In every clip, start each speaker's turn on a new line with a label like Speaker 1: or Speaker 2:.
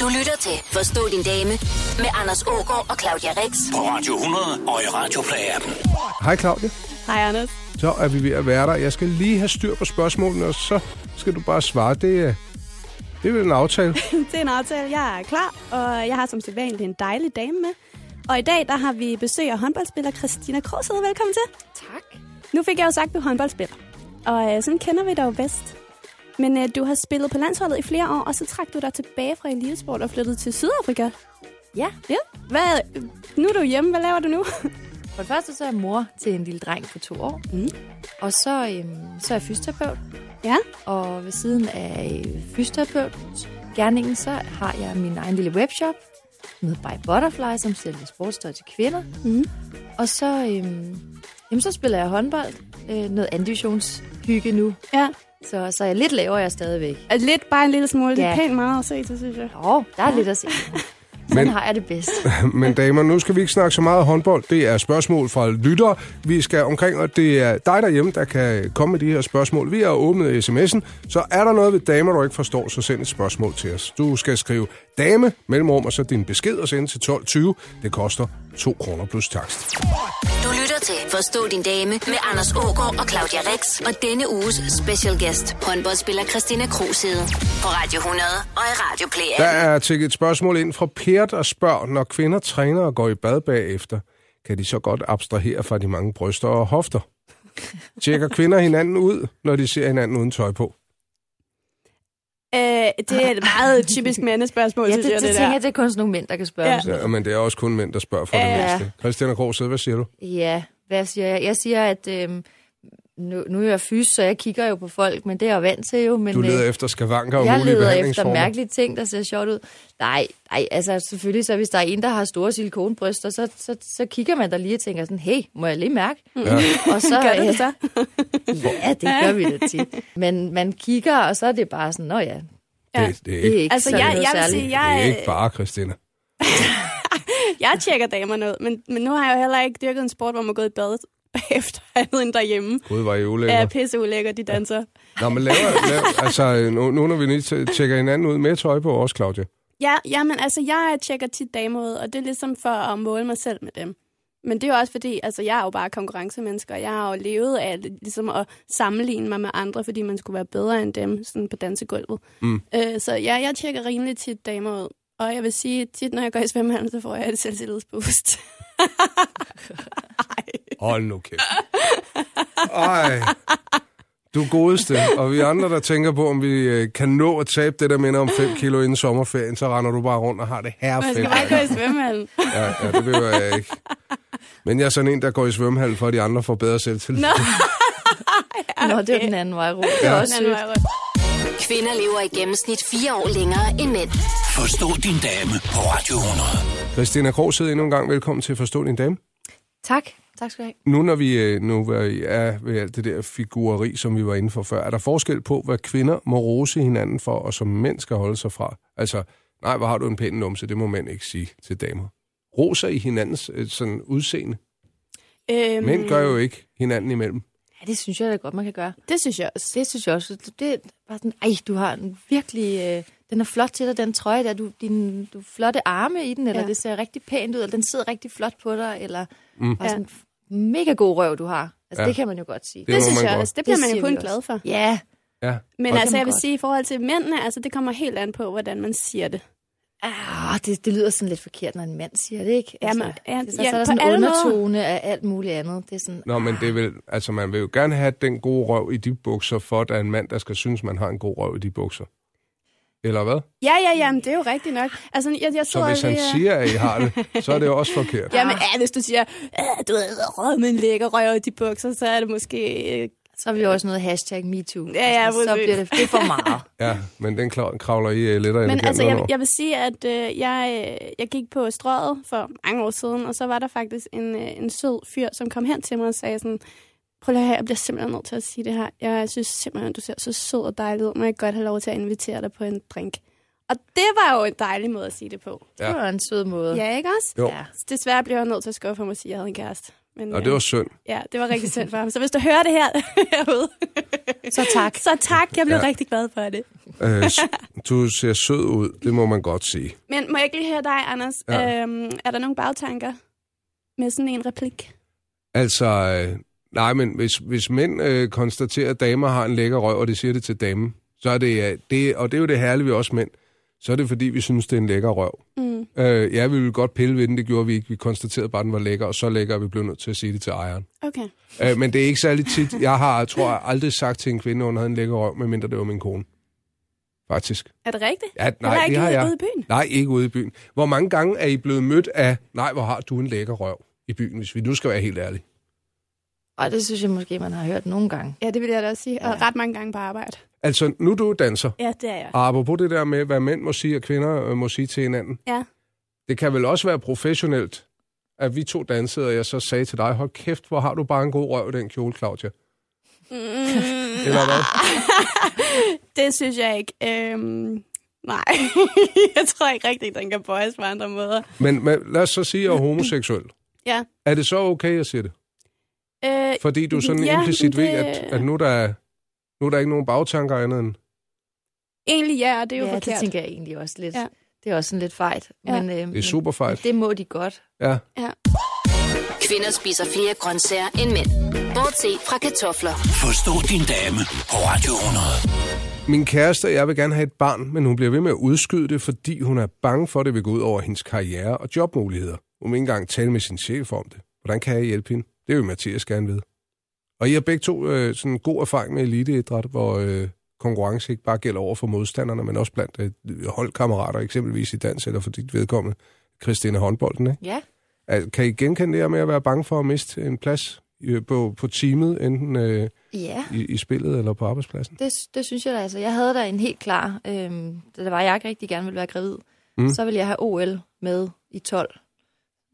Speaker 1: Du lytter til Forstå din dame med Anders Ågaard og Claudia Rex.
Speaker 2: På Radio 100 og i Radioplay-appen.
Speaker 3: Hej Claudia.
Speaker 4: Hej, Anders.
Speaker 3: Så er vi ved at være der. Jeg skal lige have styr på spørgsmålene, og så skal du bare svare. Det er, det er vel en aftale.
Speaker 4: Det er en aftale. Jeg er klar, og jeg har som sædvanligt en dejlig dame med. Og i dag, der har vi besøg af håndboldspiller Christina Krogshed. Velkommen til.
Speaker 5: Tak.
Speaker 4: Nu fik jeg jo sagt, at du er håndboldspiller. Og øh, sådan kender vi dig jo bedst. Men øh, du har spillet på landsholdet i flere år, og så trak du dig tilbage fra elitesport og flyttede til Sydafrika.
Speaker 5: Ja,
Speaker 4: Ja. Hvad, øh, nu er du hjemme. Hvad laver du nu?
Speaker 5: for det første så er jeg mor til en lille dreng på to år.
Speaker 4: Mm.
Speaker 5: Og så, øhm, så er jeg fysioterapeut.
Speaker 4: ja.
Speaker 5: Og ved siden af øh, fysioterapeutgerningen, så har jeg min egen lille webshop med By Butterfly, som sælger sportstøj til kvinder.
Speaker 4: Mm.
Speaker 5: Og så, øhm, jamen, så spiller jeg håndbold. Øh, noget ambitionshygge nu.
Speaker 4: Ja.
Speaker 5: Så, så er jeg lidt laver jeg stadigvæk.
Speaker 4: Og Lidt, bare en lille smule. Det er
Speaker 5: Ja.
Speaker 4: pænt meget at se til, synes jeg.
Speaker 5: Åh, oh, der er lidt at se. Sådan
Speaker 3: Men-
Speaker 5: har jeg det bedst.
Speaker 3: Men damer, nu skal vi ikke snakke så meget håndbold. Det er spørgsmål fra lyttere. Vi skal omkring, og det er dig derhjemme, der kan komme med de her spørgsmål. Vi har åbnet sms'en, så er der noget ved damer, du ikke forstår, så send et spørgsmål til os. Du skal skrive dame, mellemrum, og så din besked og sende til 12.20. Det koster 2 kroner plus takst.
Speaker 1: Du lytter til Forstå din dame med Anders Ågaard og Claudia Rex. Og denne uges special guest, håndboldspiller Christina Krosede. På Radio 100 og i
Speaker 3: Der
Speaker 1: Radioplay-appen.
Speaker 3: er tækket et spørgsmål ind fra Per, der spørger, når kvinder træner og går i bad bagefter, kan de så godt abstrahere fra de mange bryster og hofter? Tjekker kvinder hinanden ud, når de ser hinanden uden tøj på?
Speaker 4: Øh, det er et meget typisk mandespørgsmål,
Speaker 5: Ja, det,
Speaker 4: synes
Speaker 5: det,
Speaker 4: jeg, det,
Speaker 5: det
Speaker 4: der.
Speaker 5: tænker jeg, det er kun sådan nogle mænd, der kan spørge
Speaker 4: Ja.
Speaker 5: om sådan
Speaker 3: Ja, men det er også kun mænd, der spørger for
Speaker 4: Ja.
Speaker 3: det meste. Christian Krogsæd, hvad siger du?
Speaker 5: Ja, hvad siger jeg? Jeg siger, at øhm, nu, nu er jeg fys, så jeg kigger jo på folk, men det er jeg jo vant til jo. Men,
Speaker 3: Du
Speaker 5: øh,
Speaker 3: leder efter skavanker og
Speaker 5: jeg
Speaker 3: mulige
Speaker 5: leder efter
Speaker 3: behandlingsformer.
Speaker 5: mærkelige ting, der ser sjovt ud. Nej, nej, altså selvfølgelig, så hvis der er en, der har store silikonbryster, så, så, så kigger man der lige og tænker sådan, hey, må jeg lige mærke? Ja. Og så,
Speaker 4: Gør du det så?
Speaker 5: Ja, det gør vi da tit. Men man kigger, og så er det bare sådan, nå ja,
Speaker 4: Ja.
Speaker 3: Det, det, er
Speaker 5: det er
Speaker 3: ikke,
Speaker 5: ikke
Speaker 4: Altså,
Speaker 5: sådan
Speaker 4: jeg,
Speaker 5: noget
Speaker 4: jeg vil
Speaker 5: særligt.
Speaker 4: sige,
Speaker 3: det er
Speaker 4: jeg,
Speaker 3: ikke bare Christina.
Speaker 4: jeg tjekker damerne ud, men, men nu har jeg jo heller ikke dyrket en sport, hvor man er gået i bad bagefter andet end derhjemme.
Speaker 3: Gud, var I
Speaker 4: Ja,
Speaker 3: ulækker.
Speaker 4: pisseulækker, de danser.
Speaker 3: Nå, men laver, laver, altså, nu, nu når vi lige tjekker hinanden ud med tøj på også, Claudia.
Speaker 4: Ja, ja, men altså, jeg tjekker tit damer ud, og det er ligesom for at måle mig selv med dem. Men det er jo også fordi, altså, jeg er jo bare konkurrencemenneske, og jeg har jo levet af ligesom at sammenligne mig med andre, fordi man skulle være bedre end dem sådan på dansegulvet.
Speaker 3: Mm.
Speaker 4: Øh, så ja, jeg tjekker rimelig tit damer ud. Og jeg vil sige, at tit, når jeg går i svømmehallen, så får jeg et selvtillidsboost.
Speaker 3: Hold nu kæft. Ej, du godeste. Og vi andre, der tænker på, om vi øh, kan nå at tabe det, der minder om 5 kilo inden sommerferien, så render du bare rundt og har det her
Speaker 4: Man
Speaker 3: fedt.
Speaker 4: skal bare ikke gå i svømmehallen.
Speaker 3: Ja, ja, det behøver jeg ikke. Men jeg er sådan en, der går i svømmehal, for at de andre får bedre selvtillid.
Speaker 4: Nå,
Speaker 5: Nå, det er jo den anden vej rundt. Det er også
Speaker 4: den
Speaker 5: sødt.
Speaker 4: anden vej rundt.
Speaker 1: Kvinder lever i gennemsnit fire år længere end mænd.
Speaker 2: Forstå din dame på Radio 100.
Speaker 3: Christina Krogshed, endnu en gang velkommen til Forstå din dame.
Speaker 5: Tak. Tak skal du have.
Speaker 3: Nu når vi øh, nu er- er ved alt det der figureri, som vi var inde for før, er der forskel på, hvad kvinder må rose hinanden for, og som mænd skal holde sig fra? Altså, nej, hvor har du en pæn numse, det må mænd ikke sige til damer. Roser i hinandens øh, sådan udseende.
Speaker 4: Øhm,
Speaker 3: Mm. Mænd gør jo ikke hinanden imellem.
Speaker 5: Ja, det synes jeg da godt, man kan gøre.
Speaker 4: Det synes jeg også.
Speaker 5: Det synes jeg også. Det er bare sådan, ej, du har en virkelig... Øh, den er flot til dig, den trøje der. Du, din, du har flotte arme i den, eller
Speaker 4: Ja.
Speaker 5: ja. det ser rigtig pænt ud, eller den sidder rigtig flot på dig, eller
Speaker 3: Mm.
Speaker 5: mm. bare sådan, mega god røv, du har. Altså,
Speaker 3: Ja.
Speaker 5: ja. det kan man jo godt sige.
Speaker 3: Det
Speaker 4: Det
Speaker 3: må
Speaker 4: synes
Speaker 3: man
Speaker 4: jeg
Speaker 3: godt.
Speaker 4: også. Det bliver
Speaker 5: Det
Speaker 4: man jo
Speaker 5: siger
Speaker 4: kun
Speaker 5: vi også.
Speaker 4: glad for.
Speaker 5: Ja,
Speaker 3: Ja.
Speaker 4: Men
Speaker 3: Og-
Speaker 4: altså,
Speaker 5: kan
Speaker 4: jeg vil
Speaker 5: godt.
Speaker 4: sige, i forhold til mændene, altså, det kommer helt an på, hvordan man siger det.
Speaker 5: ah, det, det lyder sådan lidt forkert, når en mand siger det, ikke? Altså,
Speaker 4: Jamen, ja,
Speaker 5: det, så,
Speaker 4: ja,
Speaker 5: så
Speaker 4: på
Speaker 5: er der sådan en
Speaker 4: alle måder.
Speaker 5: undertone af alt muligt andet. Det er sådan,
Speaker 3: Nå, men det vil, altså, man vil jo gerne have den gode røv i de bukser, for at der er en mand, der skal synes, man har en god røv i de bukser. Eller hvad?
Speaker 4: Ja, ja, ja, men det er jo rigtigt nok. Altså, jeg, jeg
Speaker 3: Så
Speaker 4: sidder
Speaker 3: hvis han
Speaker 4: lige, øh,
Speaker 3: siger, at I har det, så er det jo også forkert.
Speaker 4: Jamen, ja, hvis du siger, "Ah, du ved, rød med en lækker røv i de bukser, så er det måske... øh,
Speaker 5: "Ah, så er vi jo også noget hashtag MeToo.
Speaker 4: Ja, ja,
Speaker 5: altså, så
Speaker 4: præcis.
Speaker 5: bliver det, det er for meget.
Speaker 3: Ja, men den kla- kravler I øh, lidt og
Speaker 4: Men
Speaker 3: elegant
Speaker 4: altså, jeg,
Speaker 3: udenom.
Speaker 4: jeg vil sige, at øh, jeg, øh, jeg gik på strøget for mange år siden, og så var der faktisk en, øh, en sød fyr, som kom hen til mig og sagde sådan, prøv lige at høre, jeg bliver simpelthen nødt til at sige det her. Jeg synes simpelthen, du ser så sød og dejlig ud. Må jeg godt have lov til at invitere dig på en drink? Og det var jo en dejlig måde at sige det på.
Speaker 5: Det var en sød måde.
Speaker 4: Ja, ikke også?
Speaker 3: Jo.
Speaker 5: Ja.
Speaker 4: Desværre blev jeg nødt til at skuffe ham og sige, at jeg havde en kæreste. Men, øh,
Speaker 3: Og det var synd.
Speaker 4: Ja, det var rigtig synd for ham. Så hvis du hører det her herude,
Speaker 5: Så tak.
Speaker 4: så tak. Jeg blev
Speaker 3: Ja.
Speaker 4: ja. rigtig glad for det.
Speaker 3: Øh, s- du ser sød ud, det må man godt sige.
Speaker 4: Men må jeg ikke lige høre dig, Anders?
Speaker 3: Ja.
Speaker 4: Ja. Øhm, er der nogle bagtanker med sådan en replik?
Speaker 3: Altså, øh, nej, men hvis, hvis mænd øh, konstaterer, at damer har en lækker røv, og de siger det til damen, så er det, øh, det, og det er jo det herlige ved os mænd, så er det fordi, vi synes, det er en lækker røv.
Speaker 4: Mm.
Speaker 3: Øh, ja, vi ville godt pille ved den, det gjorde vi ikke. Vi konstaterede bare, at den var lækker, og så lækker, at vi blev nødt til at sige det til ejeren.
Speaker 4: Okay.
Speaker 3: Øh, men det er ikke særlig tit. Jeg har, tror jeg, aldrig sagt til en kvinde, at hun havde en lækker røv, medmindre det var min kone. Faktisk.
Speaker 4: Er det rigtigt?
Speaker 3: Ja, nej,
Speaker 4: Heller ikke
Speaker 3: det har
Speaker 4: ude-
Speaker 3: jeg.
Speaker 4: ude i byen?
Speaker 3: Nej, ikke ude i byen. Hvor mange gange er I blevet mødt af, nej, hvor har du en lækker røv i byen, hvis vi nu skal være helt ærlige?
Speaker 5: Og det synes jeg måske, man har hørt nogle gange.
Speaker 4: Ja, det vil jeg da også sige. Og ret mange gange på arbejde.
Speaker 3: Altså, nu er du danser.
Speaker 4: Ja, det er jeg.
Speaker 3: Og apropos det der med, hvad mænd må sige og kvinder øh, må sige til hinanden.
Speaker 4: Ja.
Speaker 3: Det kan vel også være professionelt, at vi to dansede, og jeg så sagde til dig, hold kæft, hvor har du bare en god røv i den kjole, Claudia.
Speaker 4: Mm,
Speaker 3: Eller hvad?
Speaker 4: det synes jeg ikke. Øhm, nej, jeg tror ikke rigtigt, den kan bøjes på andre måder.
Speaker 3: Men, men lad os så sige, at jeg er homoseksuel.
Speaker 4: Ja.
Speaker 3: Er det så okay, jeg siger det?
Speaker 4: Øh,
Speaker 3: Fordi du sådan
Speaker 4: Ja,
Speaker 3: ja, implicit
Speaker 4: det-
Speaker 3: det... ved, at, at nu, er der er, nu er der ikke nogen bagtanker andet end...
Speaker 4: egentlig ja, og det er jo
Speaker 5: ja, det
Speaker 4: forkert.
Speaker 5: tænker jeg egentlig også lidt.
Speaker 4: Ja.
Speaker 5: Ja. Det er også sådan lidt fejt.
Speaker 4: Ja.
Speaker 5: Ja. Men, øh,
Speaker 3: Det er super
Speaker 5: men
Speaker 3: fejl.
Speaker 5: det må de godt.
Speaker 3: Ja.
Speaker 1: Kvinder spiser flere grøntsager end mænd. Bortset fra kartofler.
Speaker 2: Forstå din dame på Radio 100.
Speaker 3: Min kæreste og jeg vil gerne have et barn, men hun bliver ved med at udskyde det, fordi hun er bange for, at det vil gå ud over hendes karriere og jobmuligheder. Hun vil ikke engang tale med sin chef om det. Hvordan kan jeg hjælpe hende? Det vil Mathias gerne vide. Og I har begge to øh, sådan en god erfaring med eliteidræt, hvor øh, konkurrence ikke bare gælder over for modstanderne, men også blandt øh, holdkammerater, eksempelvis i dans eller for dit vedkommende, Christine Håndbolden. Ikke?
Speaker 5: Ja.
Speaker 3: Altså, Kan I genkende det her med at være bange for at miste en plads øh, på, på teamet, enten øh,
Speaker 5: Ja.
Speaker 3: i, i spillet eller på arbejdspladsen?
Speaker 5: Det, det synes jeg da. Altså, jeg havde da en helt klar, øhm, da det var, jeg ikke rigtig gerne ville være gravid, mm. så ville jeg have OL med i 12.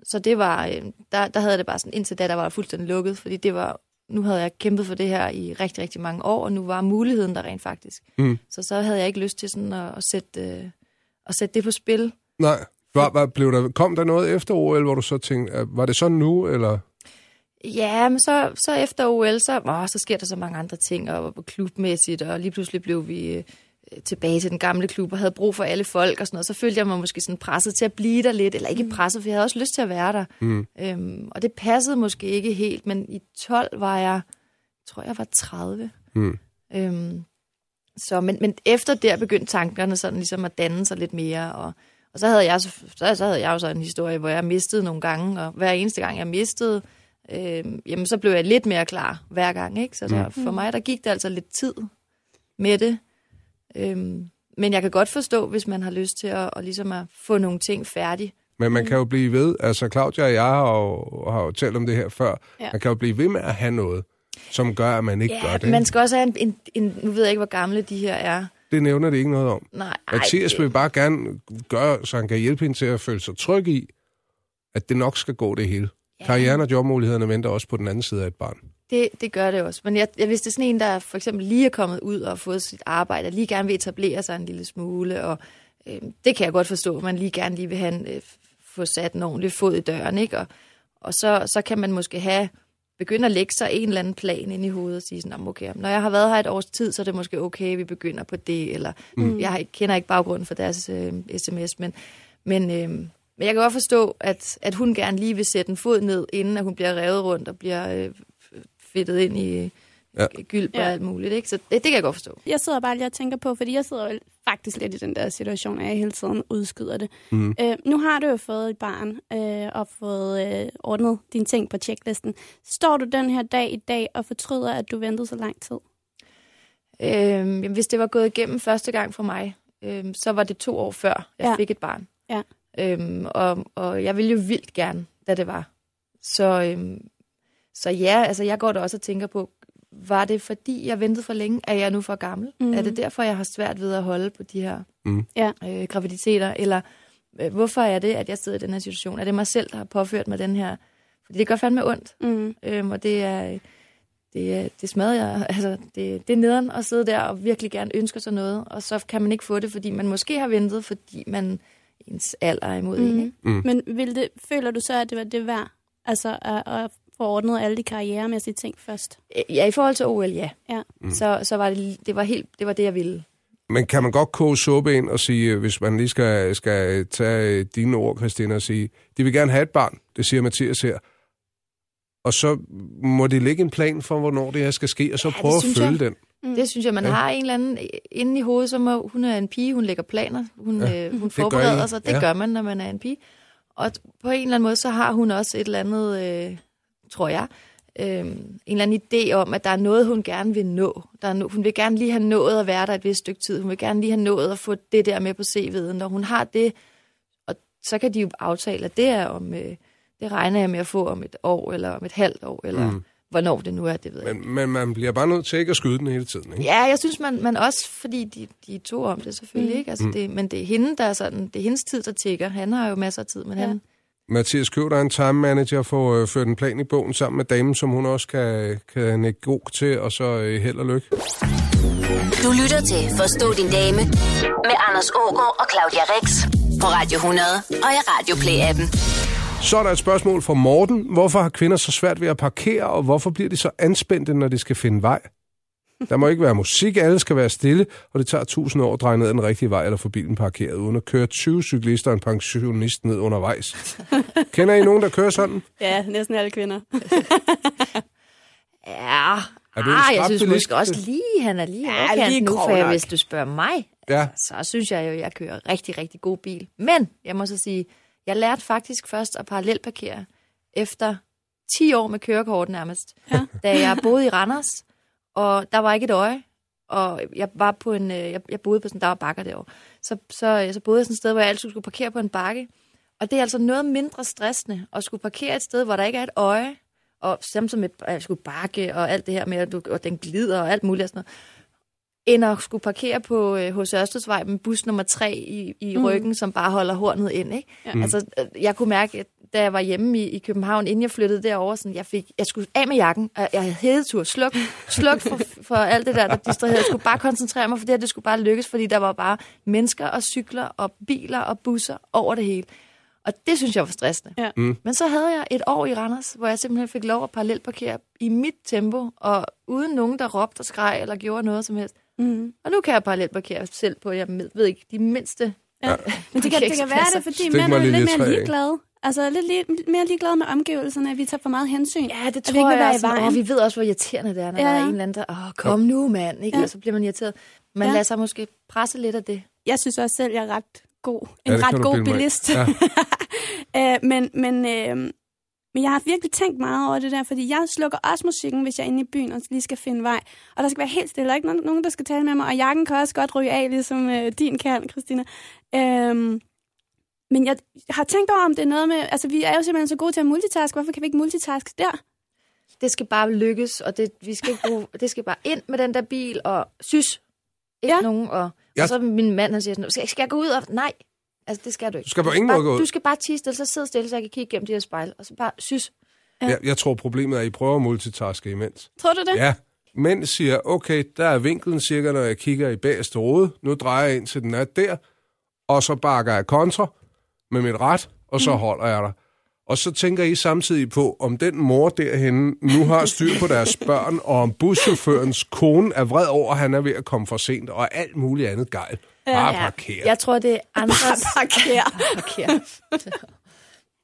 Speaker 5: Så det var, øhm, der, der havde jeg det bare sådan, indtil da, der var jeg fuldstændig lukket, fordi det var, nu havde jeg kæmpet for det her i rigtig, rigtig mange år, og nu var muligheden der rent faktisk.
Speaker 3: Mm.
Speaker 5: Så så havde jeg ikke lyst til sådan at, at, sætte, øh, at sætte det på spil.
Speaker 3: Nej. Var, var, blev der, kom der noget efter OL, hvor du så tænkte, øh, var det så nu, eller...
Speaker 5: Ja, men så, så efter OL, så, åh, så sker der så mange andre ting, og, og klubmæssigt, og lige pludselig blev vi øh, tilbage til den gamle klub, og havde brug for alle folk og sådan noget. Så følte jeg mig måske sådan presset til at blive der lidt, eller ikke presset, for jeg havde også lyst til at være der. Mm. Øhm, og det passede måske ikke helt, men i 12 var jeg, tror jeg var 30.
Speaker 3: Mm.
Speaker 5: Øhm, så, men, men efter der begyndte tankerne sådan ligesom at danne sig lidt mere, og, og så, havde jeg, så, så så havde jeg jo så en historie, hvor jeg mistede nogle gange, og hver eneste gang jeg mistede, øh, jamen så blev jeg lidt mere klar hver gang, ikke? Så der, mm. for mig, der gik der altså lidt tid med det. Øhm, men jeg kan godt forstå, hvis man har lyst til at, at, ligesom at få nogle ting færdige.
Speaker 3: Men man kan jo blive ved. Altså, Claudia og jeg har jo, har jo talt om det her før. Ja.
Speaker 4: Ja.
Speaker 3: Man kan jo blive ved med at have noget, som gør, at man ikke gør det.
Speaker 5: man
Speaker 3: Man...
Speaker 5: skal også have en, en, en... Nu ved jeg ikke, hvor gamle de her er.
Speaker 3: Det nævner det ikke noget om.
Speaker 5: Nej, ej,
Speaker 3: Mathias vil bare gerne gøre, så han kan hjælpe hende til at føle sig tryg i, at det nok skal gå det hele. Ja. Karrieren og jobmulighederne venter også på den anden side af et barn.
Speaker 5: Det, det gør det også. Men jeg, jeg, hvis det er sådan en, der for eksempel lige er kommet ud og har fået sit arbejde, og lige gerne vil etablere sig en lille smule, og øh, det kan jeg godt forstå, at man lige gerne lige vil have en, øh, få sat en ordentlig fod i døren, ikke? Og, og så, så kan man måske have begynde at lægge sig en eller anden plan ind i hovedet og sige sådan, "Nå, okay, når jeg har været her et års tid, så er det måske okay, vi begynder på det, eller mm. jeg har ikke- kender ikke baggrunden for deres øh, sms, men, men, øh, men jeg kan godt forstå, at, at hun gerne lige vil sætte en fod ned, inden at hun bliver revet rundt og bliver øh, fedtet ind i
Speaker 3: Ja.
Speaker 5: ja. gylp og
Speaker 4: Ja.
Speaker 5: alt muligt. Ikke? Så det, det kan jeg godt forstå.
Speaker 4: Jeg sidder bare lige og tænker på, fordi jeg sidder jo faktisk lidt i den der situation, at jeg hele tiden udskyder det. Mm.
Speaker 3: Mhm.
Speaker 4: Øh, nu har du jo fået et barn øh, og fået øh, ordnet dine ting på checklisten. Står du den her dag i dag og fortryder, at du ventede så lang tid?
Speaker 5: Øhm, jamen, hvis det var gået igennem første gang for mig, øhm, så var det to år før, jeg
Speaker 4: Ja.
Speaker 5: ja. fik et barn.
Speaker 4: Ja.
Speaker 5: Øhm, og, og jeg ville jo vildt gerne, da det var. Så, øhm, så ja, altså jeg går da også og tænker på, var det fordi, jeg ventede for længe? Er jeg nu for gammel?
Speaker 4: Mhm.
Speaker 5: Mm. Er det derfor, jeg har svært ved at holde på de her
Speaker 3: Mm.
Speaker 4: Ja.
Speaker 5: øh, graviditeter? Eller øh, hvorfor er det, at jeg sidder i den her situation? Er det mig selv, der har påført mig den her? Fordi det gør fandme ondt.
Speaker 4: Mm.
Speaker 5: Øhm, og det er, det, er- det smadrer jeg. Altså, det, det er nederen at sidde der og virkelig gerne ønsker sig noget, og så kan man ikke få det, fordi man måske har ventet, fordi man ens alder er imod mm. en. Ikke?
Speaker 3: Mhm.
Speaker 4: Mm. Men vil det, føler du så, at det var det værd? Altså at, at får ordnet alle de karrieremæssige ting først.
Speaker 5: Ja, i forhold til OL, ja.
Speaker 4: Ja.
Speaker 5: Mm. Så, så var det, det, var helt, det var det, jeg ville.
Speaker 3: Men kan man godt koge suppe ind og sige, øh, hvis man lige skal, skal tage øh, dine ord, Christina, og sige, de vil gerne have et barn, det siger Mathias her. Og så må det ligge en plan for, hvornår det her skal ske, og så
Speaker 5: det
Speaker 3: ja, prøve at
Speaker 5: synes
Speaker 3: følge jeg.
Speaker 5: jeg.
Speaker 3: den.
Speaker 5: Det synes jeg, man
Speaker 3: Ja.
Speaker 5: ja. har en eller anden inde i hovedet, som er, hun er en pige, hun lægger planer, hun, ja. øh, hun
Speaker 3: gør
Speaker 5: forbereder
Speaker 3: I.
Speaker 5: sig. Det
Speaker 3: Ja.
Speaker 5: ja. gør man, når man er en pige. Og t- på en eller anden måde, så har hun også et eller andet, øh, tror jeg, øh, en eller anden idé om, at der er noget, hun gerne vil nå. Der er no, hun vil gerne lige have nået at være der et vist stykke tid. Hun vil gerne lige have nået at få det der med på CV'et. Når hun har det, og så kan de jo aftale, at det er om... Øh, det regner jeg med at få om et år, eller om et halvt år, eller mm. hvornår det nu er, det ved jeg ikke.
Speaker 3: Men, men man bliver bare nødt til ikke at skyde den hele tiden, ikke?
Speaker 5: Ja, jeg synes, man, man også, fordi de, de to om det selvfølgelig, mm. ikke? Altså, det, men det er hende, der er sådan, det er hendes tid, der tigger. Han har jo masser af tid, men ja. han...
Speaker 3: Mathias Køv, der er en time manager, får øh, ført en plan i bogen sammen med damen, som hun også kan, kan nikke god til, og så øh, held og lykke.
Speaker 1: Du lytter til Forstå din dame med Anders Ågaard og Claudia Rex på Radio 100 og i Radio Play-appen.
Speaker 3: Så er der et spørgsmål fra Morten. Hvorfor har kvinder så svært ved at parkere, og hvorfor bliver de så anspændte, når de skal finde vej? Der må ikke være musik, alle skal være stille, og det tager tusind år at dreje ned ad den rigtige vej eller få bilen parkeret, uden at køre 20 cyklister og en pensionist ned undervejs. Kender I nogen, der kører sådan?
Speaker 4: Ja, næsten alle kvinder.
Speaker 5: Ja,
Speaker 3: Er du en
Speaker 5: ah, jeg
Speaker 3: skrap
Speaker 5: synes
Speaker 3: bilist?
Speaker 5: måske også lige, han er lige
Speaker 4: Ja,
Speaker 5: ja, overkant
Speaker 4: lige
Speaker 5: lige nu, for
Speaker 4: grov
Speaker 5: jeg,
Speaker 4: nok.
Speaker 5: hvis du spørger mig,
Speaker 3: Ja.
Speaker 5: så synes jeg jo, jeg kører rigtig, rigtig god bil. Men, jeg må så sige, jeg lærte faktisk først at parallelparkere efter 10 år med kørekort nærmest, ja. da jeg boede i Randers, og der var ikke et øje, og jeg var på en, øh, jeg, jeg boede på sådan, der var bakker derovre, så, så, så boede jeg sådan et sted, hvor jeg altid skulle parkere på en bakke, og det er altså noget mindre stressende at skulle parkere et sted, hvor der ikke er et øje, og samtidig med, at jeg skulle bakke, og alt det her med, at du, og den glider, og alt muligt og sådan noget, end at skulle parkere på øh, hos Ørstedsvej med bus nummer 3 i, i mm. ryggen, som bare holder hornet ind. Ikke? Ja. Altså, øh, jeg kunne mærke, at da jeg var hjemme i, i København, inden jeg flyttede derover, sådan, jeg, fik, jeg skulle af med jakken, og jeg havde hedetur, sluk, sluk for, for alt det der, der distraherede. Jeg skulle bare koncentrere mig, for det her det skulle bare lykkes, fordi der var bare mennesker og cykler og biler og busser over det hele. Og det synes jeg var stressende.
Speaker 4: Ja.
Speaker 3: Mhm.
Speaker 5: Mm. Men så havde jeg et år i Randers, hvor jeg simpelthen fik lov at parallelparkere i mit tempo, og uden nogen, der råbte og skreg eller gjorde noget som helst. Mm. Og nu kan jeg parallelparkere selv på, jeg ved ikke, de mindste
Speaker 4: Ja. Men det kan, det kan være det, er, fordi
Speaker 3: Stik
Speaker 4: mænd
Speaker 3: mig
Speaker 4: er
Speaker 3: lige
Speaker 4: lidt
Speaker 3: lidt
Speaker 4: mere
Speaker 3: træ, ikke?
Speaker 4: ligeglade. Altså lidt li- mere ligeglade med omgivelserne, at vi tager for meget hensyn.
Speaker 5: Ja, det
Speaker 4: Og vi
Speaker 5: tror
Speaker 4: ikke vil
Speaker 5: jeg
Speaker 4: være i
Speaker 5: også.
Speaker 4: vejen.
Speaker 5: Og vi ved også, hvor irriterende det er, når
Speaker 4: Ja.
Speaker 5: ja. der er en eller anden, der, åh, kom nu, mand, ikke?
Speaker 4: Ja.
Speaker 5: Ja. Og så bliver man irriteret. Man
Speaker 4: Ja.
Speaker 5: ja. lader sig måske presse lidt af det.
Speaker 4: Jeg synes også selv, jeg er ret god. En
Speaker 3: Ja, det kan
Speaker 4: ret
Speaker 3: du
Speaker 4: god
Speaker 3: bilde mig ind.
Speaker 4: bilist.
Speaker 3: Ja.
Speaker 4: Øh, men, men, øh, men jeg har virkelig tænkt meget over det der, fordi jeg slukker også musikken, hvis jeg er inde i byen og lige skal finde vej. Og der skal være helt stille, og ikke nogen- nogen, der skal tale med mig. Og jakken kan også godt ryge af, ligesom øh, din kan, Christina. Øh, men jeg har tænkt over, om det er noget med... Altså, vi er jo simpelthen så gode til at multitaske. Hvorfor kan vi ikke multitaske der?
Speaker 5: Det skal bare lykkes, og det, vi skal ikke bruge, det skal bare ind med den der bil, og sys,
Speaker 4: Ja.
Speaker 5: ikke ja. nogen. Og, ja.
Speaker 3: Ja.
Speaker 5: og så min mand, han siger sådan, skal, skal jeg gå ud? Og, nej, altså det skal du ikke.
Speaker 3: Du skal på ingen
Speaker 5: bare,
Speaker 3: måde gå ud.
Speaker 5: Du skal bare tige stille, så sidde stille, så jeg kan kigge gennem de her spejl, og så bare sys.
Speaker 3: Jeg, jeg tror, problemet er, at I prøver at multitaske imens.
Speaker 4: Tror du det?
Speaker 3: Ja. Mænd siger, okay, der er vinklen cirka, når jeg kigger i bagerste rode. Nu drejer jeg ind til den er der, og så bakker jeg kontra med mit ret, og så holder jeg der. Og så tænker I samtidig på, om den mor derhenne nu har styr på deres børn, og om buschaufførens kone er vred over, at han er ved at komme for sent, og alt muligt andet gejl. Bare parker.
Speaker 5: Jeg tror, det er andres...
Speaker 4: Parker.
Speaker 5: forkert.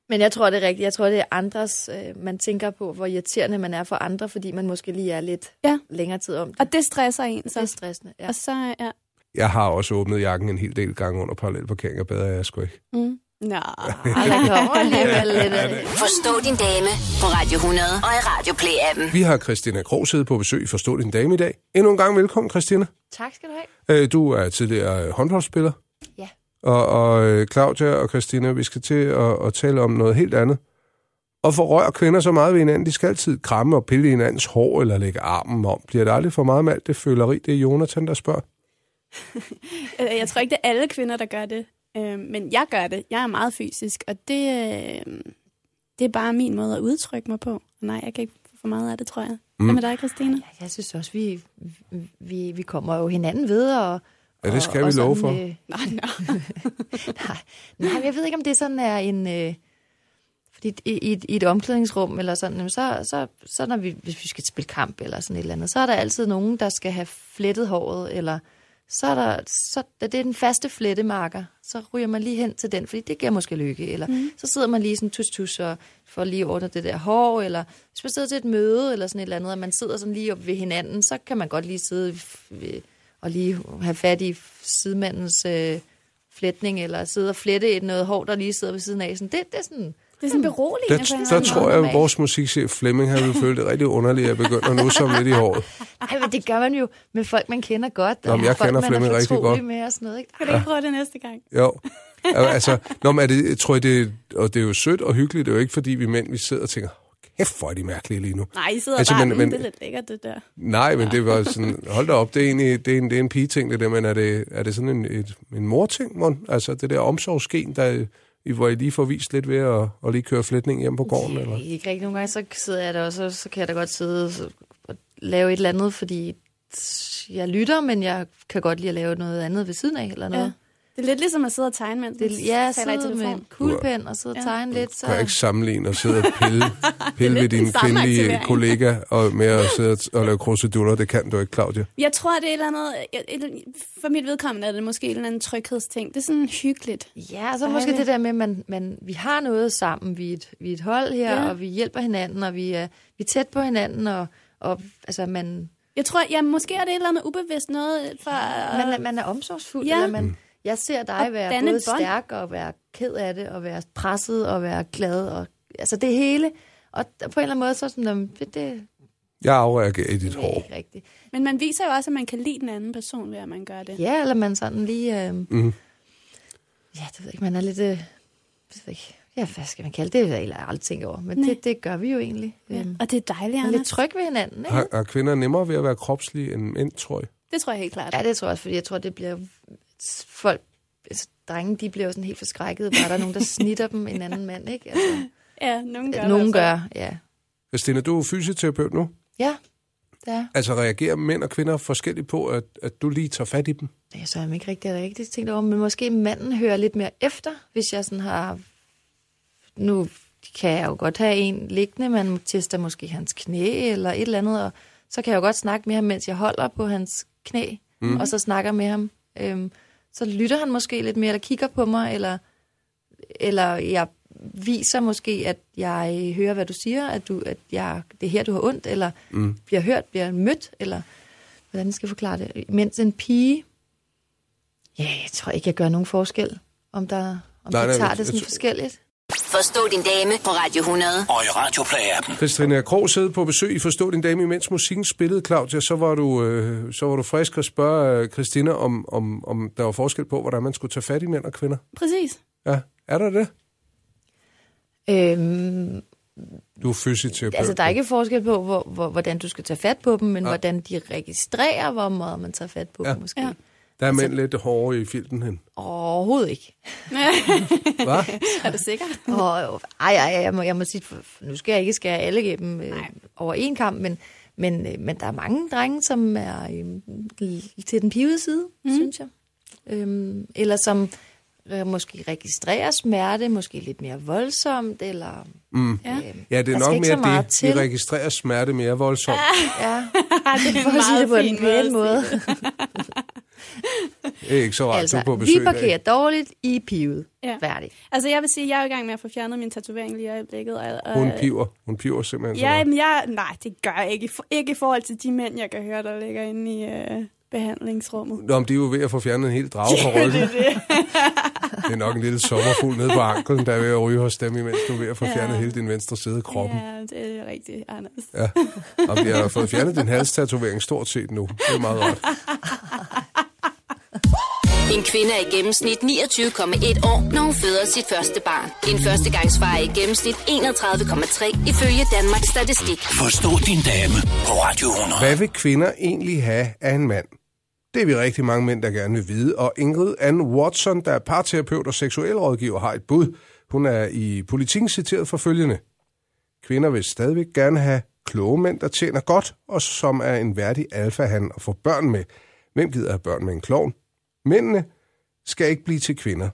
Speaker 5: Men jeg tror, det er rigtigt. Jeg tror, det er andres, øh, man tænker på, hvor irriterende man er for andre, fordi man måske lige er lidt
Speaker 4: Ja.
Speaker 5: ja. længere tid om det.
Speaker 4: Og det stresser en
Speaker 5: det er
Speaker 4: så.
Speaker 5: stressende. Ja.
Speaker 4: Og så, ja.
Speaker 3: Jeg har også åbnet jakken en hel del gange under parallelparkeringer, bedre er jeg sgu ikke.
Speaker 4: Nå.
Speaker 5: Og der kommer alligevel lidt af det.
Speaker 1: Forstå din dame på Radio 100 og i Radio Play-appen.
Speaker 3: Vi har Christina Krogshed på besøg i Forstå din dame i dag. Endnu en gang velkommen, Christina.
Speaker 5: Tak skal du have.
Speaker 3: Øh, Du er tidligere øh, håndboldspiller.
Speaker 5: Ja.
Speaker 3: Og, og øh, Claudia og Christina, vi skal til at, at tale om noget helt andet. Og for rører kvinder så meget ved hinanden, de skal altid kramme og pille i hinandens hår eller lægge armen om. Bliver det aldrig for meget med alt det føleri, det er Jonathan, der spørger?
Speaker 4: Øh, Jeg tror ikke, det er alle kvinder, der gør det. Øh, men jeg gør det. Jeg er meget fysisk, og det, øh, det er bare min måde at udtrykke mig på. Nej, jeg kan ikke få for meget af det, tror jeg. Mm. Hvad med dig, Christina?
Speaker 5: Jeg synes også, vi, vi, vi kommer jo hinanden ved. Og,
Speaker 3: Ja, det skal
Speaker 5: og,
Speaker 3: vi
Speaker 5: og
Speaker 3: love
Speaker 5: sådan,
Speaker 3: for.
Speaker 5: Øh,
Speaker 4: Nej, nej.
Speaker 5: nej, nej, men jeg ved ikke, om det sådan er en... Øh, i, i, et- i et omklædningsrum, eller sådan, jamen, så, så, så når vi, hvis vi skal spille kamp eller sådan et eller andet, så er der altid nogen, der skal have flettet håret, eller så er der, så, da det er den faste flettemarker, så ryger man lige hen til den, fordi det giver måske lykke, eller mm. så sidder man lige sådan tus-tus og får lige ordnet det der hår, eller hvis man sidder til et møde, eller sådan et eller andet, og man sidder sådan lige op ved hinanden, så kan man godt lige sidde ved, og lige have fat i sidemandens øh, fletning, eller sidde og flette et noget hår, der lige sidder ved siden af. Sådan, det, det er sådan,
Speaker 4: Det er sådan beroligende. på en
Speaker 3: Der,
Speaker 4: eller
Speaker 3: der
Speaker 4: anden
Speaker 3: tror
Speaker 4: måde.
Speaker 3: jeg, at vores musikchef Flemming har ville føle det rigtig underligt, at jeg begynder nu som lidt i håret.
Speaker 5: Ej, men det gør man jo med folk, man kender godt.
Speaker 3: Nå, men jeg
Speaker 5: folk,
Speaker 3: kender
Speaker 5: man
Speaker 3: Flemming
Speaker 5: er
Speaker 3: rigtig
Speaker 5: fortrolig
Speaker 3: godt.
Speaker 5: med og sådan noget, ikke?
Speaker 4: Kan du ikke prøve det næste gang?
Speaker 3: Jo. Altså, nå, men er det, tror jeg, det, er- og det er jo sødt og hyggeligt. Det er jo ikke, fordi vi mænd vi sidder og tænker, kæft, hvor er de mærkelige lige nu.
Speaker 4: Nej, I sidder
Speaker 3: Altså,
Speaker 4: altså, bare,
Speaker 3: men-
Speaker 4: men,
Speaker 3: men-
Speaker 4: det er lidt lækkert, det der.
Speaker 3: Nej, men det var sådan, hold da op, det er, egentlig, det er en, det er en pigeting, det der, men er det, er det sådan en, et, en morting, mon? Altså det der omsorgsgen, der, I- hvor I lige får vist lidt ved at, at lige køre flætning hjem på gården, eller?
Speaker 5: Ikke rigtig. Nogle gange, så sidder jeg der også, og så kan jeg da godt sidde og- og lave et eller andet, fordi jeg lytter, men jeg kan godt lide at lave noget andet ved siden af, eller noget.
Speaker 4: Ja. Det er lidt ligesom at sidde og tegne, mens
Speaker 5: Det, ja,
Speaker 4: man taler i
Speaker 5: sidde med
Speaker 4: telefon.
Speaker 5: en kuglepen og sidde og tegne lidt, så...
Speaker 3: Kan jeg ikke sammenligne og sidde og pille, pille ved
Speaker 4: lidt
Speaker 3: din
Speaker 4: den samme
Speaker 3: kvindelige
Speaker 4: aktivering.
Speaker 3: kollega og med at sidde og, og lave kruseduller? Det kan du ikke, Claudia.
Speaker 4: Jeg tror, det er et eller andet... jeg- et- For mit vedkommende er det måske en eller anden tryghedsting. Det er sådan hyggeligt.
Speaker 5: Ja, og så måske det der med, at man, man, vi har noget sammen, vi er et, vi er et hold her, ja.
Speaker 4: Ja.
Speaker 5: og vi hjælper hinanden, og vi er, vi er tæt på hinanden, og, og altså, man,
Speaker 4: Jeg tror, ja, måske er det et eller andet ubevidst noget fra...
Speaker 5: man, er- man er omsorgsfuld, ja.
Speaker 4: Ja.
Speaker 5: eller
Speaker 3: Mm.
Speaker 5: man, jeg ser dig
Speaker 4: Og
Speaker 5: være
Speaker 4: danne
Speaker 5: både
Speaker 4: et bånd.
Speaker 5: stærk og være ked af det, og være presset og være glad, og altså det hele. Og på en eller anden måde, så er sådan, "Nå, men det, det,
Speaker 3: Jeg afreagerer i dit
Speaker 5: det er
Speaker 3: hår.
Speaker 5: ikke rigtigt.
Speaker 4: Men man viser jo også, at man kan lide den anden person, ved at man gør det.
Speaker 5: Ja, eller man sådan lige, øh,
Speaker 3: Mm.
Speaker 5: ja, det ved jeg ikke, man er lidt, øh, jeg ved ikke, ja, hvad skal man kalde det, det har jeg egentlig aldrig tænkt over, men
Speaker 4: Nej.
Speaker 5: det, det gør vi jo egentlig. Ja. Øhm,
Speaker 4: Og det er dejligt,
Speaker 5: man er lidt
Speaker 4: Anders.
Speaker 5: tryg ved hinanden, ikke?
Speaker 3: Har, har kvinder nemmere ved at være kropslige end mænd, tror jeg?
Speaker 4: Det tror jeg helt klart.
Speaker 5: Ja, det tror jeg også, fordi jeg tror, det bliver folk... Altså, drenge, de bliver jo sådan helt forskrækket, bare der er nogen, der snitter dem en anden mand, ikke? Altså,
Speaker 4: Ja, nogen gør.
Speaker 5: nogen
Speaker 4: i hvert fald.
Speaker 5: gør, ja.
Speaker 3: Christina, du er jo fysioterapeut nu.
Speaker 5: Ja, ja.
Speaker 3: Altså reagerer mænd og kvinder forskelligt på, at, at du lige tager fat i dem?
Speaker 5: Jeg så har jeg ikke rigtig, rigtig tænkt over, men måske manden hører lidt mere efter, hvis jeg sådan har... Nu kan jeg jo godt have en liggende, man tester måske hans knæ eller et eller andet, og så kan jeg jo godt snakke med ham, mens jeg holder på hans knæ, mm. og så snakker med ham. Øhm, så lytter han måske lidt mere, eller kigger på mig, eller, eller jeg viser måske, at jeg hører, hvad du siger, at, du, at jeg, det er her, du har ondt, eller mm. bliver hørt, bliver mødt, eller hvordan skal jeg forklare det? Mens en pige, Ja, jeg tror ikke, jeg gør nogen forskel, om der om
Speaker 3: Nej,
Speaker 5: nej,
Speaker 3: nej,
Speaker 5: de tager
Speaker 3: jeg-
Speaker 5: det sådan
Speaker 3: jeg-
Speaker 5: forskelligt.
Speaker 1: Forstå din dame på Radio 100.
Speaker 2: Og i Radioplay-appen.
Speaker 3: Christina Krog sidder på besøg i Forstå din dame, imens musikken spillede, Claudia, så var du, øh, så var du frisk at spørge øh, Christina, om, om, om der var forskel på, hvordan man skulle tage fat i mænd og kvinder.
Speaker 4: Præcis.
Speaker 3: Ja, er der det?
Speaker 5: Øhm,
Speaker 3: Du er fysioterapeut.
Speaker 5: altså, der er ikke forskel på, hvor, hvor, hvordan du skal tage fat på dem, men ja. hvordan de registrerer, hvor meget man tager fat på ja. dem måske. Ja.
Speaker 4: Ja.
Speaker 3: der er
Speaker 5: Altså-
Speaker 3: mænd lidt hårdere i filten hen.
Speaker 5: Overhovedet ikke.
Speaker 3: Hva?
Speaker 4: Er du sikker?
Speaker 5: Og, ej, ej, ej, jeg må, jeg må sige, for- for nu skal jeg ikke skære alle gennem øh, over en kamp, men, men, øh, men der er mange drenge, som er øh, til den pivede side, mm. synes jeg. Øhm, eller som øh, måske registrerer smerte, måske lidt mere voldsomt, eller... øhm,
Speaker 4: Ja.
Speaker 3: Ja, det er
Speaker 5: Der skal
Speaker 3: nok
Speaker 5: ikke så
Speaker 3: mere
Speaker 5: meget
Speaker 3: det, vi
Speaker 5: til.
Speaker 3: registrerer smerte mere voldsomt.
Speaker 5: Ja,
Speaker 4: det er
Speaker 5: for at sige det på en pæn
Speaker 4: at
Speaker 5: måde.
Speaker 3: Det er ikke så rart, du er på
Speaker 5: Altså,
Speaker 3: besøg. i
Speaker 5: vi
Speaker 3: dag.
Speaker 5: parkerer dårligt i pivet.
Speaker 4: Ja.
Speaker 5: Ja. Færdigt.
Speaker 4: Altså, jeg vil sige, at jeg er i gang med at få fjernet min tatovering lige i øjeblikket. Og, og,
Speaker 3: Hun piver. Hun piver simpelthen så
Speaker 4: Ja,
Speaker 3: meget.
Speaker 4: men jeg... Nej, det gør jeg ikke. I for- Ikke i forhold til de mænd, jeg kan høre, der ligger inde i øh, behandlingsrummet.
Speaker 3: Nå, men de er jo ved at få fjernet en hel drage fra ryggen.
Speaker 4: Det er det.
Speaker 3: Det er nok en lille sommerfugl nede på anklen, der er ved at ryge hos dem, imens du er ved at få fjernet hele din venstre side af kroppen.
Speaker 4: Ja, det er rigtigt, Anders.
Speaker 3: Ja, og vi har fået fjernet din halstatovering stort set nu. Det er meget rart.
Speaker 1: En kvinde er i gennemsnit 29,1 år, når hun føder sit første barn. En førstegangsfar er i gennemsnit 31,3 ifølge Danmarks Statistik.
Speaker 2: Forstå din dame på Radio 100.
Speaker 3: Hvad vil kvinder egentlig have af en mand? Det er vi rigtig mange mænd, der gerne vil vide, og Ingrid Ann Watson, der er parterapeut og seksuelrådgiver, har et bud. Hun er i politikken citeret for følgende. Kvinder vil stadigvæk gerne have kloge mænd, der tjener godt, og som er en værdig alfahan at få børn med. Hvem gider have børn med en klovn? Mændene skal ikke blive til kvinder.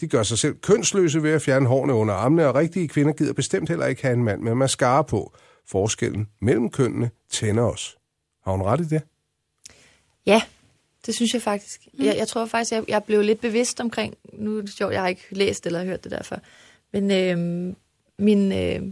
Speaker 3: De gør sig selv kønsløse ved at fjerne hårene under armene, og rigtige kvinder gider bestemt heller ikke have en mand med mascara på. Forskellen mellem kønnene tænder os. Har hun ret i det?
Speaker 5: Ja, det synes jeg faktisk. Mm. Jeg, jeg tror faktisk, jeg, jeg blev lidt bevidst omkring, nu er det sjovt, jeg har ikke læst eller hørt det derfor, men øh, min, øh,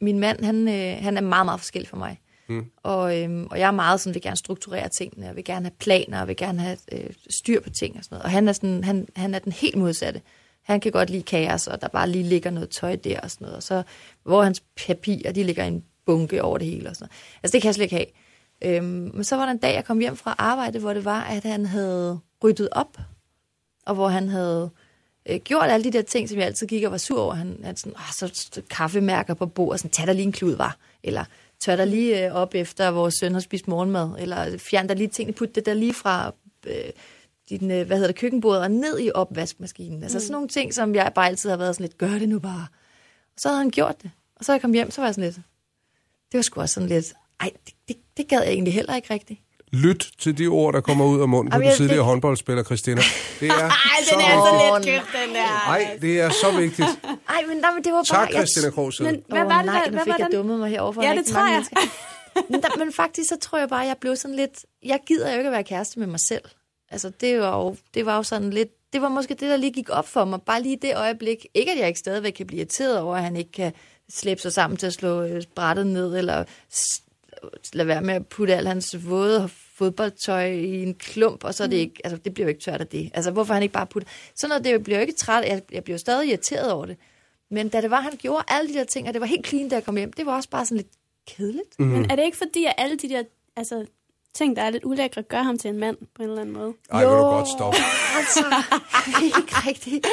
Speaker 5: min mand, han, øh, han er meget, meget forskellig fra mig. Mm. Og, øhm, og jeg er meget sådan, vil gerne strukturere tingene, og vil gerne have planer, og vil gerne have øh, styr på ting og sådan noget. Og han er, sådan, han, han er den helt modsatte. Han kan godt lide kaos, og der bare lige ligger noget tøj der og sådan noget. Og så, hvor hans papirer, de ligger i en bunke over det hele og sådan noget. Altså, det kan jeg slet ikke have. Øhm, men så var der en dag, jeg kom hjem fra arbejde, hvor det var, at han havde ryddet op, og hvor han havde øh, gjort alle de der ting, som jeg altid gik og var sur over. Han, han sådan, Åh, så så kaffemærker på bordet, sådan, tag der lige en klud, var. Eller tør der lige øh, op efter vores søn har spist morgenmad, eller fjern der lige tingene, put det der lige fra øh, din, øh, hvad hedder det, køkkenbord og ned i opvaskemaskinen. Altså sådan nogle ting, som jeg bare altid har været sådan lidt, gør det nu bare. Og så havde han gjort det. Og så da jeg kom hjem, så var jeg sådan lidt, det var sgu også sådan lidt, ej, det, det, det gad jeg egentlig heller ikke rigtigt.
Speaker 3: Lyt til de ord, der kommer ud af munden på
Speaker 5: Jamen,
Speaker 3: den
Speaker 5: jeg-
Speaker 3: tidligere
Speaker 5: det-
Speaker 3: håndboldspiller, Christina. Det er
Speaker 4: Ej,
Speaker 3: så
Speaker 4: den er altså
Speaker 3: vigtigt.
Speaker 4: lidt købt, den der.
Speaker 3: Ej, det er så vigtigt.
Speaker 5: Ej, men, nej, men det var bare...
Speaker 3: Tak, Christina Krogsød.
Speaker 4: Men hvad
Speaker 5: Åh,
Speaker 4: var det,
Speaker 5: nej,
Speaker 4: der,
Speaker 5: nu
Speaker 4: hvad
Speaker 5: fik
Speaker 4: var
Speaker 5: jeg
Speaker 4: den?
Speaker 5: dummet mig herover for
Speaker 4: Ja,
Speaker 5: rigtig
Speaker 4: det
Speaker 5: mange
Speaker 4: tror jeg.
Speaker 5: mennesker. men, der, men faktisk så tror jeg bare, jeg blev sådan lidt... Jeg gider jo ikke at være kæreste med mig selv. Altså, det var jo, det var jo sådan lidt... Det var måske det, der lige gik op for mig. Bare lige i det øjeblik. Ikke, at jeg ikke stadigvæk kan blive irriteret over, at han ikke kan slæbe sig sammen til at slå øh, brættet ned, eller s- lade være med at putte al hans våde fodboldtøj i en klump, og så er det ikke, altså det bliver jo ikke tørt af det. Altså hvorfor han ikke bare putter, sådan noget, det bliver jo ikke træt, jeg, jeg bliver jo stadig irriteret over det. Men da det var, han gjorde alle de der ting, og det var helt clean, da jeg kom hjem, det var også bare sådan lidt kedeligt.
Speaker 3: Mhm.
Speaker 5: Mm.
Speaker 4: Men er det ikke fordi, at alle de der altså, ting, der er lidt ulækre, gør ham til en mand på en eller anden måde?
Speaker 3: Ej, vil du godt stoppe.
Speaker 5: Altså, ikke rigtigt.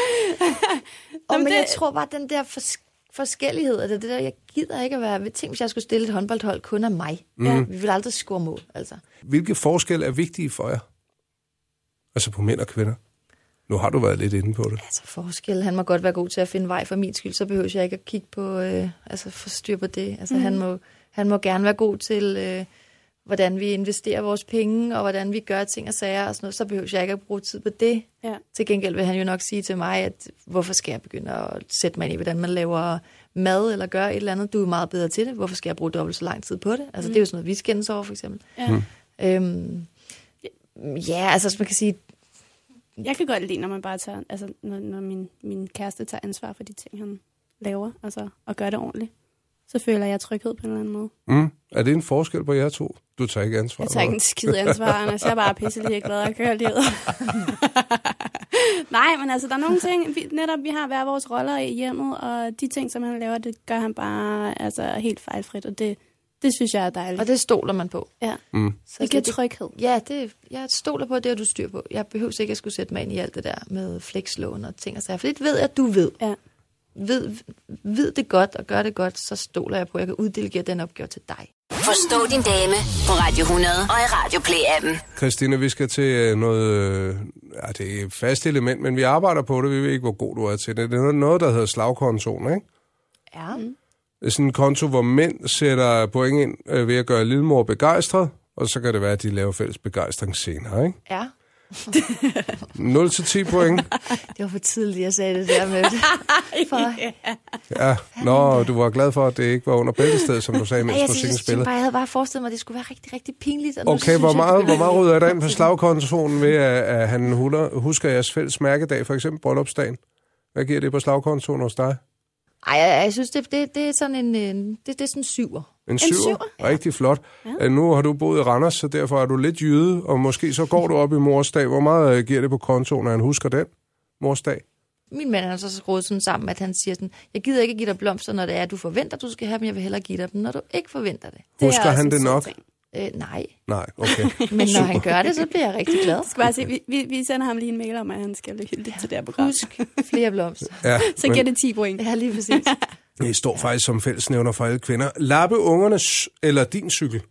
Speaker 5: og,
Speaker 4: Nå, men
Speaker 5: men jeg
Speaker 4: det-
Speaker 5: tror bare, den der fors- forskellighed, altså det der, jeg gider ikke at være ved ting, hvis jeg skulle stille et håndboldhold kun af mig. Ja. Vi ville aldrig score mål, altså.
Speaker 3: Hvilke forskelle er vigtige for jer? Altså på mænd og kvinder. Nu har du været lidt inde på det.
Speaker 5: Altså forskel, han må godt være god til at finde vej for min skyld, så behøver jeg ikke at kigge på, øh, altså få styr på det. Altså mm. han, må, han må gerne være god til, øh, hvordan vi investerer vores penge, og hvordan vi gør ting og sager og sådan noget, så behøver jeg ikke at bruge tid på det.
Speaker 4: Ja.
Speaker 5: Til gengæld vil han jo nok sige til mig, at hvorfor skal jeg begynde at sætte mig ind i, hvordan man laver mad eller gør et eller andet. Du er meget bedre til det. Hvorfor skal jeg bruge dobbelt så lang tid på det? Altså, mm. det er jo sådan noget, vi skændes over, for eksempel.
Speaker 4: Ja.
Speaker 3: Mhm.
Speaker 4: Mm.
Speaker 5: Øhm, ja, altså, som man kan sige,
Speaker 4: Jeg kan godt lide, når man bare tager, altså, når, når min, min kæreste tager ansvar for de ting, han laver, altså, og gør det ordentligt. Så føler jeg tryghed på en eller anden måde.
Speaker 3: Mm. Er det en forskel på jer to? Du tager ikke ansvar.
Speaker 4: Jeg tager ikke en skid ansvar, Anders. Jeg er bare pisse lige glad og kører livet. Nej, men altså, der er nogle ting, vi, netop vi har hver vores roller i hjemmet, og de ting, som han laver, det gør han bare altså, helt fejlfrit, og det, det synes jeg er dejligt.
Speaker 5: og det Mm. stoler man på.
Speaker 4: ja.
Speaker 5: Så
Speaker 4: Det giver tryghed.
Speaker 5: Ja, det, jeg stoler på, at det har du styr på. Jeg behøver ikke at skulle sætte mig ind i alt det der med flexlån og ting og sager. For det ved jeg, at du ved.
Speaker 4: Ja.
Speaker 5: ved. Ved det godt og gør det godt, så stoler jeg på, at jeg kan uddelegere den opgave til dig.
Speaker 1: Forstå din dame på Radio 100 og i Radio Play-appen.
Speaker 3: Christina, vi skal til øh, noget... øh, Ja, det er et fast element, men vi arbejder på det. Vi ved ikke, hvor god du er til det. Det er noget, der hedder slagkontoen, ikke?
Speaker 5: Ja.
Speaker 3: Det er sådan en konto, hvor mænd sætter point ind øh, ved at gøre lillemor begejstret, og så kan det være, at de laver fælles begejstring senere, ikke?
Speaker 5: Ja.
Speaker 3: 0-10 point.
Speaker 5: Det var for tidligt, jeg sagde det der med det. For,
Speaker 3: Ja, nå, du var glad for, at det ikke var under bæltestedet, som du sagde,
Speaker 5: Ej,
Speaker 3: mens
Speaker 5: jeg,
Speaker 3: musikken
Speaker 5: synes, jeg,
Speaker 3: spillede.
Speaker 5: bare, jeg havde bare forestillet mig, at det skulle være rigtig, rigtig pinligt. Og nu
Speaker 3: Okay,
Speaker 5: synes
Speaker 3: hvor
Speaker 5: jeg,
Speaker 3: meget,
Speaker 5: det
Speaker 3: hvor
Speaker 5: bliver-
Speaker 3: meget rydder der ind på slagkontoen ved, at, at han huller- husker jeres fælles mærkedag, for eksempel bryllupsdagen? Hvad giver det på slagkontoen hos dig?
Speaker 5: Ej, jeg, jeg synes, det, det, det er sådan en, en det, det er sådan en syver.
Speaker 3: En syver? Rigtig flot. Ja. Nu har du boet i Randers, så derfor er du lidt jyde, og måske så går du op i morsdag. Hvor meget øh, giver det på kontoen, når han husker den? Morsdag?
Speaker 5: min mand har så skruet sådan sammen, at han siger sådan, jeg gider ikke give dig blomster, når det er, du forventer, du skal have dem, jeg vil hellere give dig dem, når du ikke forventer det.
Speaker 4: Det er
Speaker 3: Husker
Speaker 4: også
Speaker 3: han
Speaker 4: en
Speaker 3: det
Speaker 4: sød
Speaker 3: nok?
Speaker 4: ting.
Speaker 5: Øh, nej,
Speaker 3: Nej, okay.
Speaker 5: men når han gør det, så bliver jeg rigtig glad.
Speaker 4: Skal bare se, vi, vi, vi sender ham lige en mail om, at han skal lytte til det her program.
Speaker 5: Husk flere blomster.
Speaker 3: Ja,
Speaker 4: Så giver det 10 point.
Speaker 5: Ja, lige præcis.
Speaker 3: det står faktisk som fællesnævner for alle kvinder. Lappe ungernes eller din cykel?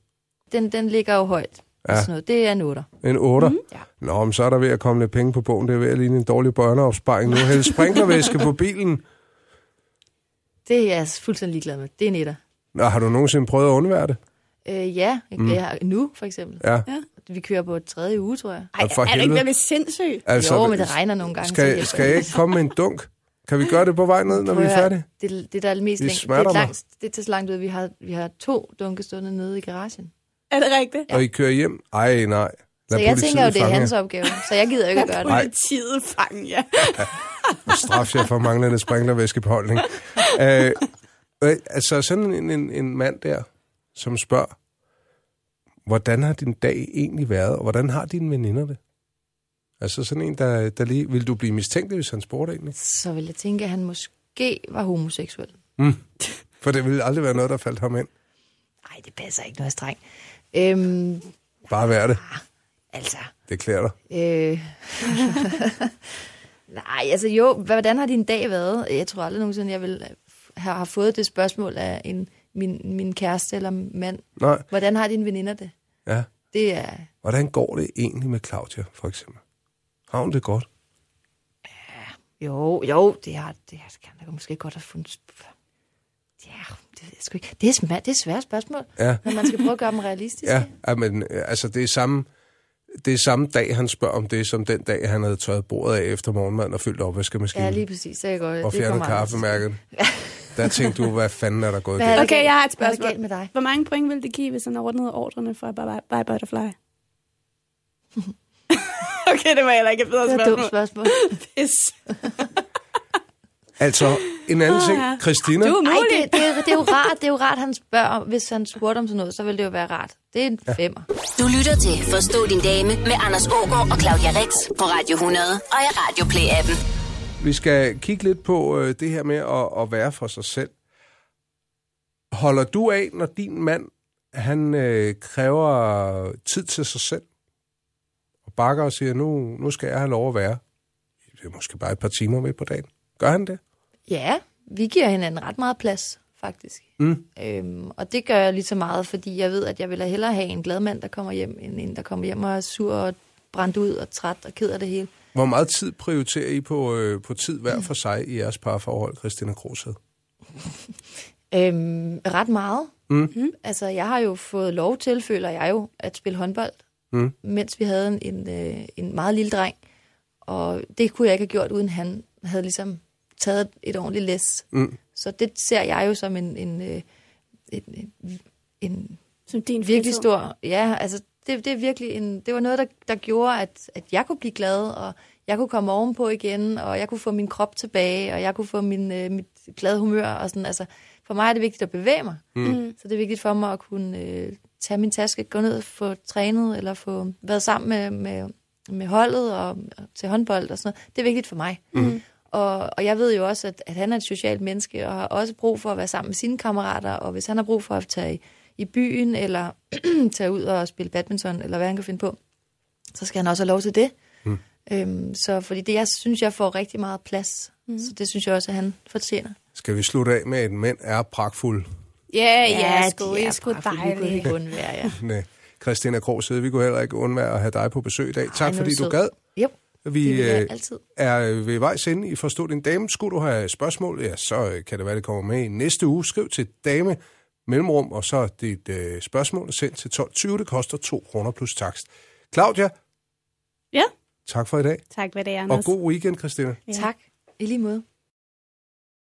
Speaker 5: Den, den ligger jo højt. Ja. Sådan noget. Det er en otter.
Speaker 3: En 8. Mm. Nå, men så er der ved at komme lidt penge på bogen. Det er ved at ligne en dårlig børneopsparing. Nu hælder sprinklervæske på bilen.
Speaker 5: Det er jeg altså fuldstændig ligeglad med. Det er en etter.
Speaker 3: Nå, har du nogensinde prøvet at undvære det?
Speaker 5: Øh, ja, mm. jeg, nu for eksempel.
Speaker 3: Ja.
Speaker 4: Ja.
Speaker 5: vi kører på et tredje uge, tror jeg.
Speaker 4: Ej,
Speaker 3: Ja, for
Speaker 4: er du ikke
Speaker 3: helvede.
Speaker 4: blevet sindssyg?
Speaker 5: Altså, jo, men det regner nogle gange. så det
Speaker 3: Skal,
Speaker 5: hjælper
Speaker 3: skal jeg
Speaker 5: ikke.
Speaker 3: ikke komme med en dunk? Kan vi gøre det på vej ned, når vi
Speaker 5: Prøv
Speaker 3: er
Speaker 5: at høre,
Speaker 3: færdige?
Speaker 5: Det, det der er mest
Speaker 3: I
Speaker 5: længe, det,
Speaker 3: smerter
Speaker 5: er
Speaker 3: mig.
Speaker 5: langt, det er til så langt ud, vi har, vi har to dunke stående nede i garagen.
Speaker 4: Er det rigtigt?
Speaker 3: Og I kører hjem? Ej, nej.
Speaker 5: Så jeg tænker jo, det er
Speaker 3: fange
Speaker 5: hans
Speaker 3: jer.
Speaker 5: opgave, så jeg gider jo ikke at gøre det.
Speaker 3: Nej.
Speaker 4: Politiet fange jer.
Speaker 3: Straf jer for manglende sprinklervæskebeholdning. øh, øh, altså, sådan en, en, en mand der, som spørger, hvordan har din dag egentlig været, og hvordan har dine veninder det? Altså sådan en, der, der lige... Vil du blive mistænkt, hvis han spurgte egentlig?
Speaker 5: Så vil jeg tænke, at han måske var homoseksuel.
Speaker 3: For det ville aldrig være noget, der faldt ham ind.
Speaker 5: Nej, det passer ikke noget strengt. Øhm,
Speaker 3: Bare være det.
Speaker 5: altså,
Speaker 3: Det klæder dig.
Speaker 5: øh... Nej, altså jo, hvordan har din dag været? Jeg tror aldrig nogensinde, jeg vil have, have fået det spørgsmål af en, min, min kæreste eller mand.
Speaker 3: Nej,
Speaker 5: Hvordan har dine veninder det?
Speaker 3: ja.
Speaker 5: Det er,
Speaker 3: Hvordan går det egentlig med Claudia, for eksempel? Har hun det godt?
Speaker 5: Jo, jo, det har det har, kan jeg måske godt have fundet. Ja, det ved jeg sgu ikke. Det er, sma- det er svære spørgsmål,
Speaker 3: Ja.
Speaker 5: når man skal prøve at gøre dem realistiske.
Speaker 3: Ja, ja men øh, altså det er samme... Det er samme dag, han spørger om det, som den dag, han havde tørret bordet af efter morgenmad og fyldt opvaskemaskinen
Speaker 5: ja lige præcis. Så er jeg godt.
Speaker 3: og
Speaker 5: det
Speaker 3: fjernet
Speaker 5: kommer aldrig til.
Speaker 3: kaffemærket. Der tænkte du, hvad fanden er der gået
Speaker 5: Hvad er
Speaker 3: galt?
Speaker 5: det
Speaker 4: Okay,
Speaker 5: galt?
Speaker 4: jeg har et
Speaker 5: Hvad er der
Speaker 4: spørgsmål.
Speaker 5: galt med dig?
Speaker 4: Hvor mange point ville det give, hvis han ordnede ordrene fra Bye Bye Butterfly? okay, det var heller ikke et bedre
Speaker 5: Det er et dumt
Speaker 4: spørgsmål.
Speaker 5: spørgsmål.
Speaker 4: Pis.
Speaker 3: Altså, en anden ting. Christina,
Speaker 4: Du er
Speaker 5: Ej, det,
Speaker 4: umulig.
Speaker 5: det, er- det, er jo rart, det er jo rart, han spørger. Hvis han spurgte om sådan noget, så ville det jo være rart. Det er en femmer.
Speaker 1: Du lytter til Forstå din dame med Anders Ågaard og Claudia Rex på Radio 100 og i Radio Play-appen.
Speaker 3: vi skal kigge lidt på øh, det her med at, at være for sig selv. Holder du af, når din mand, han øh, kræver tid til sig selv? Og bakker og siger, nu, nu skal jeg have lov at være. Det er måske bare et par timer med på dagen. Gør han det?
Speaker 5: Ja, vi giver hinanden ret meget plads, faktisk. Mm. Øhm, og det gør jeg lige så meget, fordi jeg ved, at jeg vil da hellere have en glad mand, der kommer hjem, end en, der kommer hjem og er sur og brændt ud og træt og ked af det hele.
Speaker 3: Hvor meget tid prioriterer I på, øh, på tid hver for sig i jeres parforhold, Christina Kroshed?
Speaker 5: Øhm, ret meget. Mm. Altså, jeg har jo fået lov til, føler jeg jo, at spille håndbold, mm. mens vi havde en, en, øh, en meget lille dreng. Og det kunne jeg ikke have gjort, uden han havde ligesom taget et ordentligt læs. Mm. Så det ser jeg jo som en, en, øh, en, en, en
Speaker 4: Som din
Speaker 5: virkelig
Speaker 4: fritid.
Speaker 5: stor. Ja, altså det, det er virkelig en, det var noget, der, der gjorde, at, at jeg kunne blive glad, og jeg kunne komme ovenpå igen, og jeg kunne få min krop tilbage, og jeg kunne få min, øh, mit glade humør. Og sådan. Altså, for mig er det vigtigt at bevæge mig. Mm. Så det er vigtigt for mig at kunne øh, tage min taske, gå ned og få trænet, eller få været sammen med, med, med holdet og, og til håndbold og sådan noget. Det er vigtigt for mig. Mm. Og, og jeg ved jo også, at, at han er et socialt menneske, og har også brug for at være sammen med sine kammerater, og hvis han har brug for at tage i, i byen, eller tage ud og spille badminton, eller hvad han kan finde på, så skal han også have lov til det. Mm. Øhm, så fordi det, jeg synes, jeg får rigtig meget plads, mm. så det synes jeg også, at han fortjener.
Speaker 3: Skal vi slutte af med, at en mænd er pragtfuld?
Speaker 4: Ja, ja, sgu,
Speaker 5: de
Speaker 4: I
Speaker 5: er
Speaker 4: er sgu
Speaker 5: pragtfulde. Vi kunne
Speaker 4: dejlige.
Speaker 5: ikke undvære, ja.
Speaker 3: Næ. Christina Kroshed, vi kunne heller ikke undvære at have dig på besøg i dag. Tak
Speaker 5: nu er
Speaker 3: fordi
Speaker 5: du
Speaker 3: du
Speaker 5: sød.
Speaker 3: gad.
Speaker 5: Jo,
Speaker 3: Vi
Speaker 5: det vil jeg
Speaker 3: øh,
Speaker 5: altid.
Speaker 3: er ved vejs ende i Forstå din dame. Skulle du have spørgsmål, ja, så øh, kan det være, det kommer med i næste uge. Skriv til dame mellemrum, og så dit øh, spørgsmål er sendt til 12.20. Det koster 2 kroner plus takst. Claudia,
Speaker 4: Ja,
Speaker 3: tak for i dag.
Speaker 4: tak for det, Anders.
Speaker 3: Og god weekend, Christina.
Speaker 5: Tak. I lige måde.